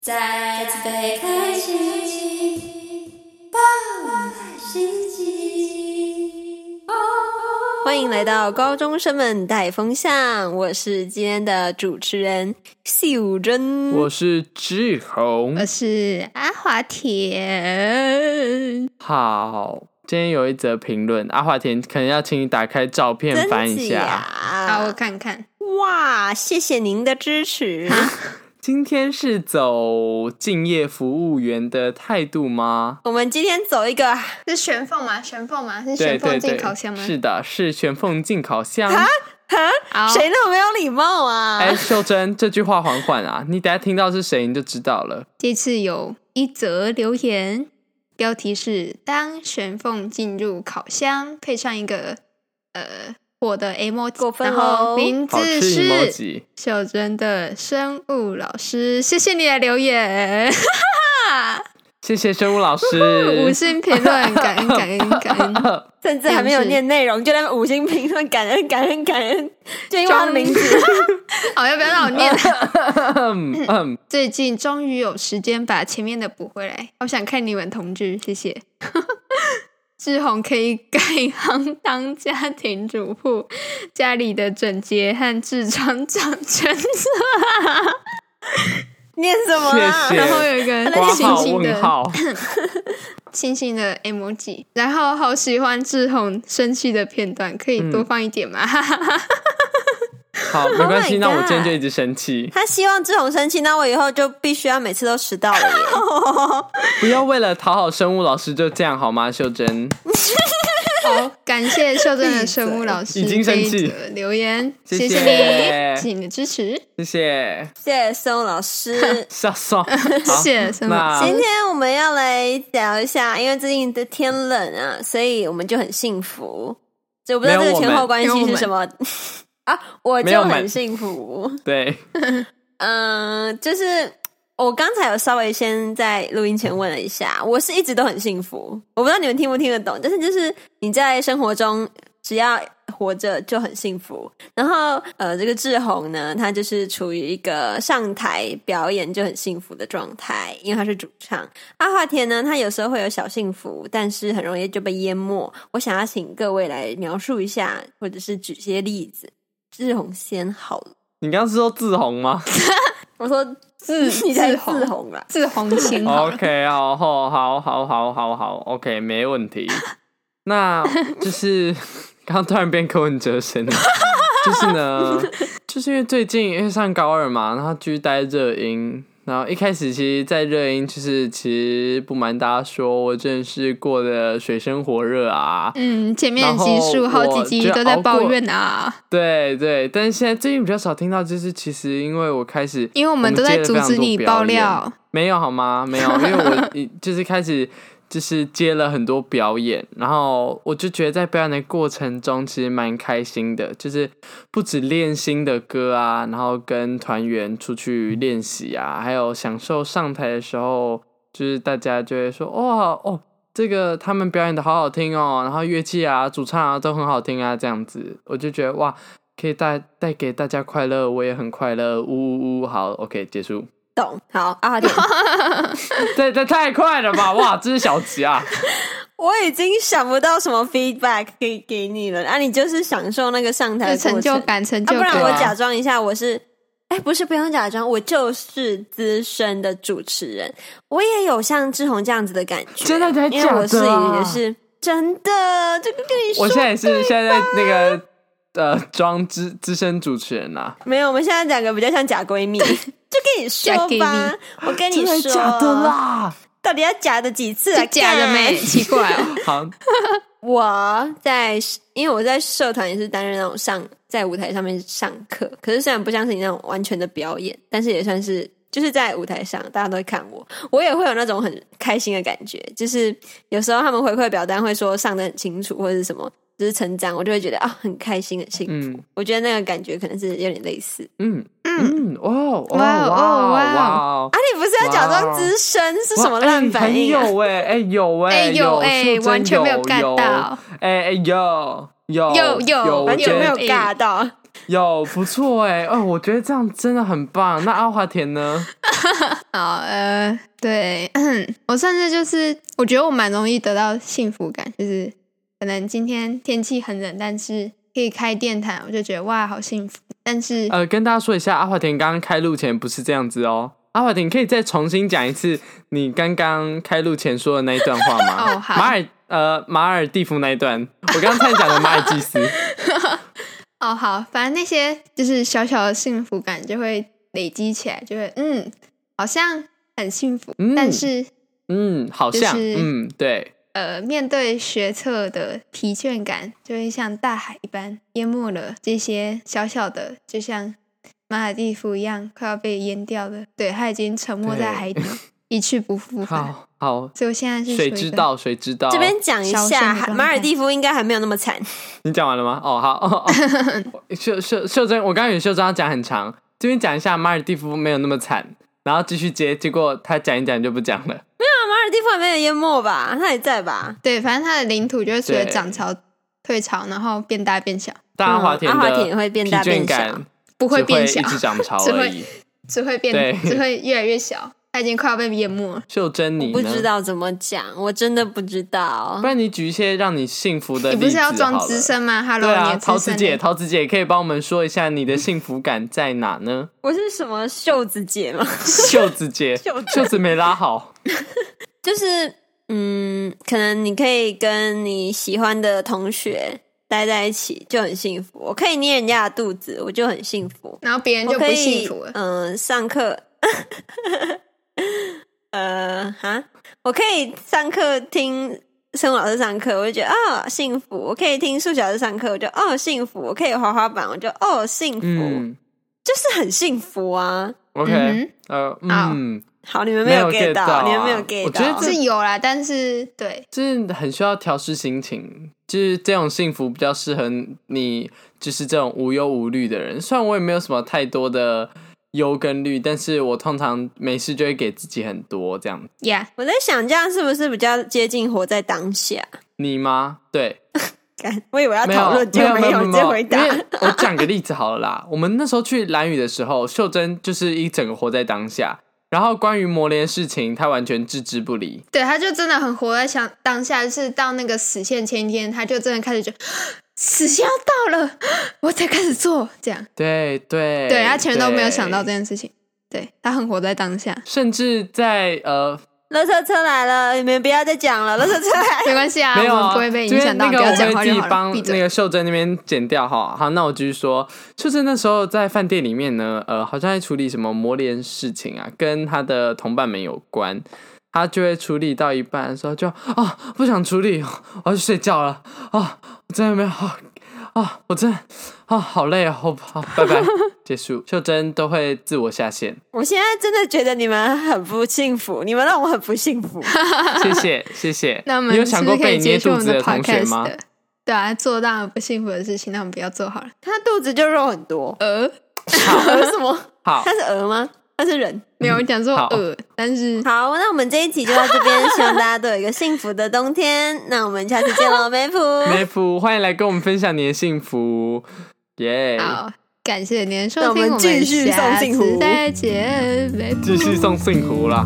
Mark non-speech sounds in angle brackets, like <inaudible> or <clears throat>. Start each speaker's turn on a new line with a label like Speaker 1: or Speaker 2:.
Speaker 1: 再次被开启，爆满心机。
Speaker 2: 欢迎来到高中生们带风向，我是今天的主持人秀珍。
Speaker 3: 嗯
Speaker 4: 我是志宏
Speaker 3: 我，是阿华田，
Speaker 4: 好。今天有一则评论，阿华田可能要请你打开照片翻一下。
Speaker 3: 好，我
Speaker 2: 下，
Speaker 3: 看看，
Speaker 2: 哇，谢谢您的支持。
Speaker 4: 今天是走敬业服务员的态度吗？
Speaker 2: 我们今天走一个
Speaker 3: 是玄凤吗？玄凤吗？是玄
Speaker 4: 对对
Speaker 3: 凤进
Speaker 4: 对，
Speaker 3: 烤箱吗？
Speaker 4: 是的，是玄凤进烤箱。
Speaker 3: 好，
Speaker 2: 谁那么没有礼貌啊？
Speaker 4: 哎，秀珍，这句话缓缓啊，你等下听到是谁你就知道了。
Speaker 3: 这次有一则留言，标题是“当玄凤进入烤箱”，配上一个呃我的 emoji，
Speaker 2: 过分
Speaker 3: 然
Speaker 2: 喽
Speaker 1: 哦
Speaker 3: 后名
Speaker 4: 好吃
Speaker 3: 字
Speaker 4: emoji
Speaker 3: 是。秀珍的生物老师，谢谢你的留言，
Speaker 4: 谢谢生物老
Speaker 3: 五
Speaker 4: 师。
Speaker 3: 星评论，感恩感恩感
Speaker 4: <laughs>
Speaker 3: 恩。
Speaker 2: 甚至还没有念内容，就在那边五星评论，感恩感恩感恩，就因为他的名字。
Speaker 3: 好，要不要让我念？
Speaker 4: 嗯嗯，
Speaker 3: 最近终于有时间把前面的补回来，好想看你们同居，谢谢。 <laughs> 志宏可以改行当家庭主妇，家里的整洁和痔疮长全色，
Speaker 2: 念什么啊？
Speaker 4: 谢谢
Speaker 3: <laughs> 然后有一
Speaker 4: <laughs>
Speaker 3: 个
Speaker 4: 挂
Speaker 3: 星
Speaker 4: 号
Speaker 3: 星
Speaker 4: 问
Speaker 3: 的
Speaker 4: 号，
Speaker 3: 星星的 emoji，然后好喜欢志宏生气的片段，可以
Speaker 4: 嗯
Speaker 3: 多放一点吗？ <laughs> 哈哈哈。 <coughs>
Speaker 4: 好，没关
Speaker 2: Oh my
Speaker 4: 系，那我
Speaker 2: God
Speaker 4: 今天就一直生气，
Speaker 2: 他希望志宏生气，那我以后就必须要每次都迟
Speaker 3: <laughs>
Speaker 2: 到了耶。
Speaker 4: 不要为了讨好生物老师就这样好吗？秀珍，
Speaker 3: 好，感谢秀珍的生物老师
Speaker 4: 已经生气
Speaker 3: 这一则留言，
Speaker 4: 谢
Speaker 3: 谢
Speaker 4: 谢
Speaker 3: 你，谢谢你的支持，
Speaker 4: 谢谢，
Speaker 2: 谢谢宋老师。
Speaker 3: <laughs>
Speaker 4: 笑笑，
Speaker 3: 谢
Speaker 4: 好，
Speaker 3: 谢生物老
Speaker 4: 那
Speaker 3: 师。
Speaker 2: 今天我们要来聊一下，因为最近的天冷啊，所以我们就很幸福。所以我不知道
Speaker 4: 没
Speaker 2: 这
Speaker 4: 有
Speaker 2: 个前后关
Speaker 3: 我
Speaker 2: 系
Speaker 3: 们
Speaker 2: 是什么 <laughs> 啊，我
Speaker 4: 没有
Speaker 2: 就
Speaker 4: 我们
Speaker 2: 很幸福。
Speaker 4: 对，
Speaker 2: 嗯，就是我刚才有稍微先在录音前问了一下，我是一直都很幸福。我不知道你们听不听得懂，但是就是你在生活中只要活着就很幸福。然后呃，这个志宏呢，他就是处于一个上台表演就很幸福的状态，因为他是主唱。阿华田呢，他有时候会有小幸福，但是很容易就被淹没。我想要请各位来描述一下，或者是举些例子。志宏先好了。
Speaker 4: 你刚刚是说自红吗
Speaker 2: 我说
Speaker 3: 自
Speaker 2: 你才
Speaker 3: 自红
Speaker 2: 自红啦。
Speaker 3: 自红
Speaker 4: <laughs>
Speaker 3: 心嗯好了
Speaker 4: ？OK，好，好，好，好，好，好，好，OK，没问题。
Speaker 3: <laughs>
Speaker 4: 那就是 <laughs> 刚刚突然变柯文哲神了，就是呢，就是因为最近因为上高二嘛，然后继续待热音，然后一开始其实，在热音就是其实不瞒大家说，我真的是过得水深火热啊，
Speaker 3: 嗯，前面
Speaker 4: 然后
Speaker 3: 集数好几集
Speaker 4: 我就
Speaker 3: 都在
Speaker 4: 熬过
Speaker 3: 抱怨啊，
Speaker 4: 对对，但是现在最近比较少听到，就是其实因为我开始，
Speaker 3: 因为我们都在阻止你爆
Speaker 4: 我们接了非常多表演，
Speaker 3: 料。
Speaker 4: 没有好吗？没有，因为我一就是开始就是接了很多表演，然后我就觉得在表演的过程中其实蛮开心的，就是不止练新的歌啊，然后跟团员出去练习啊，还有享受上台的时候，就是大家就会说哇哦。这个他们表演的好好听哦，然后乐器啊、主唱啊都很好听啊，这样子我就觉得哇，可以带带给大家快乐，我也很快乐，呜呜呜，好，OK，结束。
Speaker 2: 懂好啊阿
Speaker 3: <laughs>
Speaker 2: 华田，
Speaker 4: 这这太快了吧！哇，这是小吉啊！
Speaker 2: 我已经想不到什么 feedback 可以给你了啊！你就是享受那个上台
Speaker 3: 有
Speaker 2: 的
Speaker 3: 成
Speaker 2: 过
Speaker 3: 就
Speaker 2: 程，
Speaker 3: 感，成
Speaker 2: 啊，
Speaker 3: 就
Speaker 2: 不然
Speaker 3: 感。
Speaker 2: 我
Speaker 4: 对啊
Speaker 2: 假装一下，我是哎，不是不用假装，我就是资深的主持人，我也有像志宏这样子的感觉，
Speaker 4: 真的假的
Speaker 2: 因为我是也是真的，这个跟你
Speaker 4: 我
Speaker 2: 说
Speaker 4: 现在也是现在在那个呃装资资深主持人啊，
Speaker 2: 没有，我们现在两个比较像假
Speaker 3: <laughs>
Speaker 2: 闺蜜，就跟你说
Speaker 3: 假闺
Speaker 2: 吧，我跟你
Speaker 4: 真的
Speaker 2: 说，
Speaker 4: 假的啦？
Speaker 2: 到底要假的几次啊？
Speaker 3: 是 <laughs> 假的
Speaker 2: 干
Speaker 3: 没？奇怪哦，
Speaker 4: 好，
Speaker 2: 我在，因为我在社团也是担任那种上在舞台上面上课，可是虽然不像是你那种完全的表演，但是也算是就是在舞台上，大家都会看我，我也会有那种很开心的感觉。就是有时候他们回馈表单会说上的很清楚，或者是什么，就是成长，我就会觉得啊、很开心很幸福。
Speaker 4: 嗯
Speaker 2: 我觉得那个感觉可能是有点类似。
Speaker 4: 嗯嗯，哇哦哇
Speaker 3: 哇
Speaker 4: 哦
Speaker 3: 哦
Speaker 4: 哇
Speaker 3: 哇
Speaker 4: 哦
Speaker 2: 啊！，你不是要假装资深是什么
Speaker 4: 哇
Speaker 2: 烂
Speaker 4: 哎
Speaker 2: 反应、啊
Speaker 4: 很有哎哎有 <laughs> 哎
Speaker 3: 哎有
Speaker 4: 哎
Speaker 3: 哎，完全没有 get 到，
Speaker 4: 哎哎有有
Speaker 3: 有有
Speaker 4: 有，我
Speaker 2: 完
Speaker 4: 觉
Speaker 2: 全没有
Speaker 3: 哎
Speaker 4: 得
Speaker 2: 尬到。
Speaker 4: 有不错哎、哦，我觉得这样真的很棒。那阿华田呢？
Speaker 3: 好，呃，对 <clears throat> 我甚至就是，我觉得我蛮容易得到幸福感，就是可能今天天气很冷，但是可以开电台，我就觉得哇，好幸福。但是
Speaker 4: 呃，跟大家说一下，阿华田刚刚开录前不是这样子哦。阿华田，你可以再重新讲一次你刚刚开录前说的那一段话
Speaker 2: <laughs>
Speaker 4: 吗？
Speaker 3: 哦好
Speaker 4: 马尔呃马尔蒂夫那一段，我刚才讲的马尔
Speaker 2: <laughs>
Speaker 4: 济斯。
Speaker 3: 哦，好，反正那些就是小小的幸福感就会累积起来，就会嗯，好像很幸福，
Speaker 4: 嗯
Speaker 3: 但是
Speaker 4: 嗯，好像、
Speaker 3: 就是
Speaker 4: 嗯对，
Speaker 3: 呃，面对学测的疲倦感，就会像大海一般淹没了这些小小的，就像马尔蒂夫一样，快要被淹掉了。对，它已经沉没在
Speaker 4: 对
Speaker 3: 海底，一去不
Speaker 4: <laughs>
Speaker 3: 复返。
Speaker 4: 好好，
Speaker 3: 所以我现在是
Speaker 4: 谁
Speaker 3: 处于一
Speaker 4: 知
Speaker 3: 个？
Speaker 4: 道谁知道？
Speaker 2: 这边讲一
Speaker 3: 小
Speaker 2: 下，
Speaker 3: 胜的
Speaker 2: 还
Speaker 3: 状
Speaker 2: 马尔
Speaker 3: 态
Speaker 2: 蒂夫应该还没有那么惨。
Speaker 4: 你讲完了吗？哦，好，
Speaker 2: <laughs>
Speaker 4: 哦哦，秀秀秀珍，我刚刚以为秀珍要讲很长，这边讲一下马尔蒂夫没有那么惨，然后继续接，结果他讲一讲就不讲了。
Speaker 2: 那马尔蒂夫还没有淹没吧？他也在吧？
Speaker 3: 对，反正它的领土就会随着
Speaker 4: 对
Speaker 3: 涨潮、退潮，然后变大变小，
Speaker 4: 但阿华田
Speaker 2: 嗯
Speaker 4: 的
Speaker 2: 阿华田也会变大
Speaker 4: 疲倦
Speaker 2: 变小
Speaker 4: 感
Speaker 3: 不会变小
Speaker 4: 只，会一直涨潮
Speaker 3: <laughs> 只
Speaker 4: 而
Speaker 3: 会
Speaker 4: 已。
Speaker 3: 只会变，
Speaker 4: 对
Speaker 3: 只会越来越小。它已经快要被淹没了。
Speaker 4: 秀珍，你
Speaker 2: 不
Speaker 4: 呢
Speaker 2: 知，道怎么讲，我真的不知道
Speaker 4: 不。然你举一些让你幸福的
Speaker 3: 你
Speaker 4: 例子
Speaker 3: 不是要装
Speaker 4: 好了
Speaker 3: 资？深吗？Hello，
Speaker 4: 对
Speaker 3: 你
Speaker 4: 啊，
Speaker 3: 的
Speaker 4: 桃
Speaker 3: 资
Speaker 4: 子
Speaker 3: 深欸
Speaker 4: 姐，
Speaker 3: 呢
Speaker 4: 桃子姐可以帮我们说一下你的幸福感在哪呢？
Speaker 2: 我是什么袖子姐吗？ <laughs>
Speaker 4: 袖
Speaker 3: <laughs>
Speaker 4: 子姐，
Speaker 2: 袖子
Speaker 4: 袖子没拉
Speaker 3: 哦
Speaker 4: 好，
Speaker 2: 就是嗯，可能你可以跟你喜欢的同学待在一起就很幸福。我可以捏人家的肚子，我就很幸福。
Speaker 3: 然后别人
Speaker 2: 我
Speaker 3: 就
Speaker 2: 可
Speaker 3: 不
Speaker 2: 以
Speaker 3: 幸福了。
Speaker 2: 嗯、上课，呃哈，我可以上课听。生物老师上课，我就觉得哦幸福；我可以听数学老师上课，我就哦幸福；我可以滑滑板，我就哦幸福，
Speaker 4: 嗯
Speaker 2: 就是很幸福啊！
Speaker 4: ，OK，
Speaker 3: 嗯
Speaker 4: 呃，嗯，
Speaker 2: 好，你们
Speaker 4: 没
Speaker 2: 有
Speaker 4: 有 get
Speaker 2: 到，
Speaker 4: 到啊
Speaker 2: 你们没有 get 到。
Speaker 4: 我觉得
Speaker 3: 哼，
Speaker 4: 这
Speaker 3: 是有啦，但是对，
Speaker 4: 这很需要调试心情，就是这种幸福比较适合你，就是这种无忧无虑的人。虽然我也没有什么太多的忧跟虑，但是我通常没事就会给自己很多这样。
Speaker 3: 呀、
Speaker 2: 我在想，这样是不是比较接近活在当下？
Speaker 4: 你吗？对，
Speaker 2: 干我以为要
Speaker 4: 没
Speaker 2: 啊讨
Speaker 4: 有
Speaker 2: 论，结果
Speaker 4: 没
Speaker 2: 有，直接回答。
Speaker 4: 因为我讲个例子好了啦，我们那时候去蓝雨的时候，秀珍就是一整个活在当下，然后关于磨练事情，她完全置之不理。
Speaker 3: 对，他就真的很活在想当下，就是到那个死线前一天，他就真的开始就死线要到了，我才开始做这样。
Speaker 4: 对对
Speaker 3: 对，他全都没有想到
Speaker 4: 对
Speaker 3: 这件事情，对他很活在当下，
Speaker 4: 甚至在呃，
Speaker 2: 垃圾车来了，你们不要再讲了，垃圾车来了。
Speaker 3: 没关系啊，
Speaker 4: 没有
Speaker 3: 我
Speaker 4: 啊，
Speaker 3: 们不会被影响到，不
Speaker 4: 这边
Speaker 3: 要
Speaker 4: 那
Speaker 3: 讲
Speaker 4: 个我
Speaker 3: 话就
Speaker 4: 会自己
Speaker 3: 好了，
Speaker 4: 帮
Speaker 3: 闭
Speaker 4: 那
Speaker 3: 嘴。
Speaker 4: 个秀珍那边剪掉哈。好，那我继续说，秀珍那时候在饭店里面呢，呃，好像在处理什么磨练事情啊，跟她的同伴们有关。她就会处理到一半的时候就，啊不想处理，我要去睡觉了啊！我真的没有啊啊！我真的啊好累啊！我好拜
Speaker 3: <laughs>
Speaker 4: 拜，结束。秀珍都会自我下线，
Speaker 2: 我现在真的觉得你们很不幸福，你们让我很不幸 <laughs> 福。
Speaker 4: 谢谢谢
Speaker 3: <laughs>
Speaker 4: 谢。
Speaker 3: 那我们
Speaker 4: 你有
Speaker 3: 是
Speaker 4: 想
Speaker 3: 不
Speaker 4: 过
Speaker 3: 是可
Speaker 4: 被
Speaker 3: 以
Speaker 4: 你
Speaker 3: 结
Speaker 4: 捏
Speaker 3: 束
Speaker 4: 肚
Speaker 3: 我们
Speaker 4: 子
Speaker 3: 的
Speaker 4: 同学吗
Speaker 3: podcast？的？对啊，做到不幸福的事情，那我们不要做好了。
Speaker 2: 他肚子就肉很多，
Speaker 3: 呃，
Speaker 2: 鹅什么？
Speaker 4: 好
Speaker 2: 他，是鹅吗？他是人。
Speaker 3: 没有讲说
Speaker 4: 嗯好
Speaker 3: 呃，但是
Speaker 2: 好，那我们这一集就到这边，希望大家都有一个幸福的冬天。那我们下次见 <laughs> 喽，梅普。
Speaker 4: <laughs> 梅福，欢迎来跟我们分享你的幸福，耶、
Speaker 3: 好，感谢您的
Speaker 2: 那
Speaker 3: 收
Speaker 2: 我
Speaker 3: 听，
Speaker 2: 们
Speaker 3: 我们
Speaker 2: 继续
Speaker 3: 下
Speaker 2: 送幸
Speaker 3: 次
Speaker 2: 福
Speaker 3: 再见，拜拜。
Speaker 4: 继续送幸福啦。